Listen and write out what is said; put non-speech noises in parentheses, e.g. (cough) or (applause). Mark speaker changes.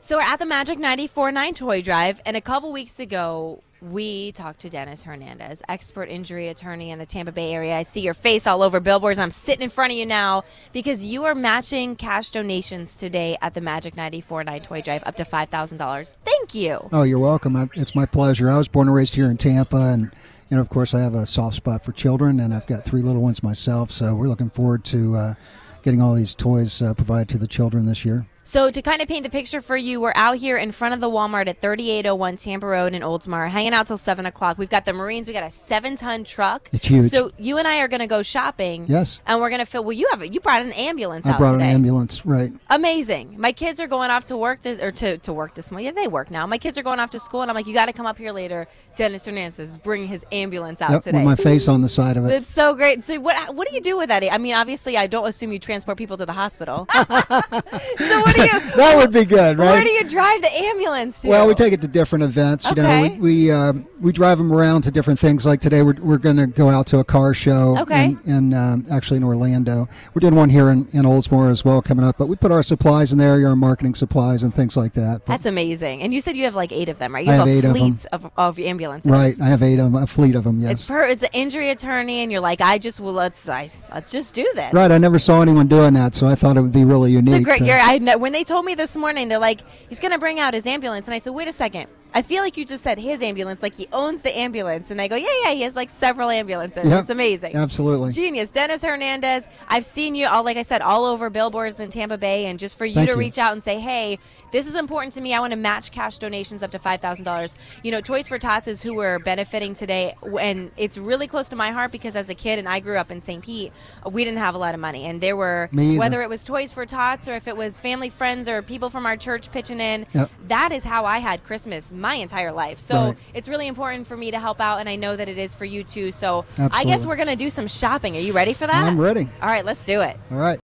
Speaker 1: So we're at the Magic 94.9 Toy Drive, and a couple weeks ago, we talked to Dennis Hernandez, expert injury attorney in the Tampa Bay area. I see your face all over billboards. I'm sitting in front of you now because you are matching cash donations today at the Magic 94.9 Toy Drive up to $5,000. Thank you.
Speaker 2: Oh, you're welcome. I, it's my pleasure. I was born and raised here in Tampa, and you know, of course, I have a soft spot for children, and I've got three little ones myself. So we're looking forward to uh, getting all these toys uh, provided to the children this year.
Speaker 1: So to kind of paint the picture for you, we're out here in front of the Walmart at 3801 Tampa Road in Oldsmar, hanging out till seven o'clock. We've got the Marines. We got a seven-ton truck.
Speaker 2: It's huge.
Speaker 1: So you and I are going to go shopping.
Speaker 2: Yes.
Speaker 1: And we're going to fill. Well, you have it. You brought an ambulance
Speaker 2: I
Speaker 1: out
Speaker 2: brought
Speaker 1: today.
Speaker 2: an ambulance, right?
Speaker 1: Amazing. My kids are going off to work this or to, to work this morning. Yeah, they work now. My kids are going off to school, and I'm like, you got to come up here later. Dennis Hernandez is bringing his ambulance out
Speaker 2: Yep,
Speaker 1: (laughs)
Speaker 2: with
Speaker 1: today.
Speaker 2: my face on the side of it.
Speaker 1: (laughs) That's so great. So what what do you do with that? I mean, obviously, I don't assume you transport people to the hospital. (laughs) so what do you?
Speaker 2: that would be good, right?
Speaker 1: Where do you drive the ambulance to?
Speaker 2: Well, we take it to different events. You know,
Speaker 1: Okay.
Speaker 2: we we, um, we drive them around to different things. Like today, we're, we're going to go out to a car show.
Speaker 1: Okay.
Speaker 2: In, in um, actually in Orlando, we're doing one here in, in Oldsmore as well coming up. But we put our supplies in there, our marketing supplies and things like that. But,
Speaker 1: That's amazing. And you said you have like eight of them, right? You
Speaker 2: I
Speaker 1: have,
Speaker 2: have eight
Speaker 1: a
Speaker 2: of
Speaker 1: fleet of, of, ambulances.
Speaker 2: right, I have eight of 'em, a fleet of them. Yes.
Speaker 1: It's per, it's an injury attorney, and you're like, I just will let's I, let's just do this.
Speaker 2: right. I never saw anyone doing that, so I thought it would be really unique.
Speaker 1: It's a great.
Speaker 2: to-
Speaker 1: Year. (laughs) I know, when they told me this morning, they're like, he's gonna bring out his ambulance, and I said, wait a second. I feel like you just said his ambulance, like he owns the ambulance, and I go, yeah, yeah, he has like several ambulances.
Speaker 2: Yep,
Speaker 1: It's amazing.
Speaker 2: Absolutely.
Speaker 1: Genius, Dennis Hernandez. I've seen you all, like I said, all over billboards in Tampa Bay, and just for you
Speaker 2: Thank
Speaker 1: to
Speaker 2: you.
Speaker 1: reach out and say, "Hey, this is important to me. I want to match cash donations up to five thousand dollars." You know, Toys for Tots is who we're benefiting today, w- and it's really close to my heart because as a kid, and I grew up in St. Pete, we didn't have a lot of money, and there were
Speaker 2: Me either.
Speaker 1: whether it was Toys for Tots or if it was family friends or people from our church pitching in.
Speaker 2: Yep.
Speaker 1: That is how I had Christmas my entire life. So
Speaker 2: Right.
Speaker 1: it's really important for me to help out, and I know that it is for you too. So I guess
Speaker 2: Absolutely.
Speaker 1: we're gonna do some shopping. Are you ready for that?
Speaker 2: I'm ready.
Speaker 1: All right, let's do it.
Speaker 2: All right.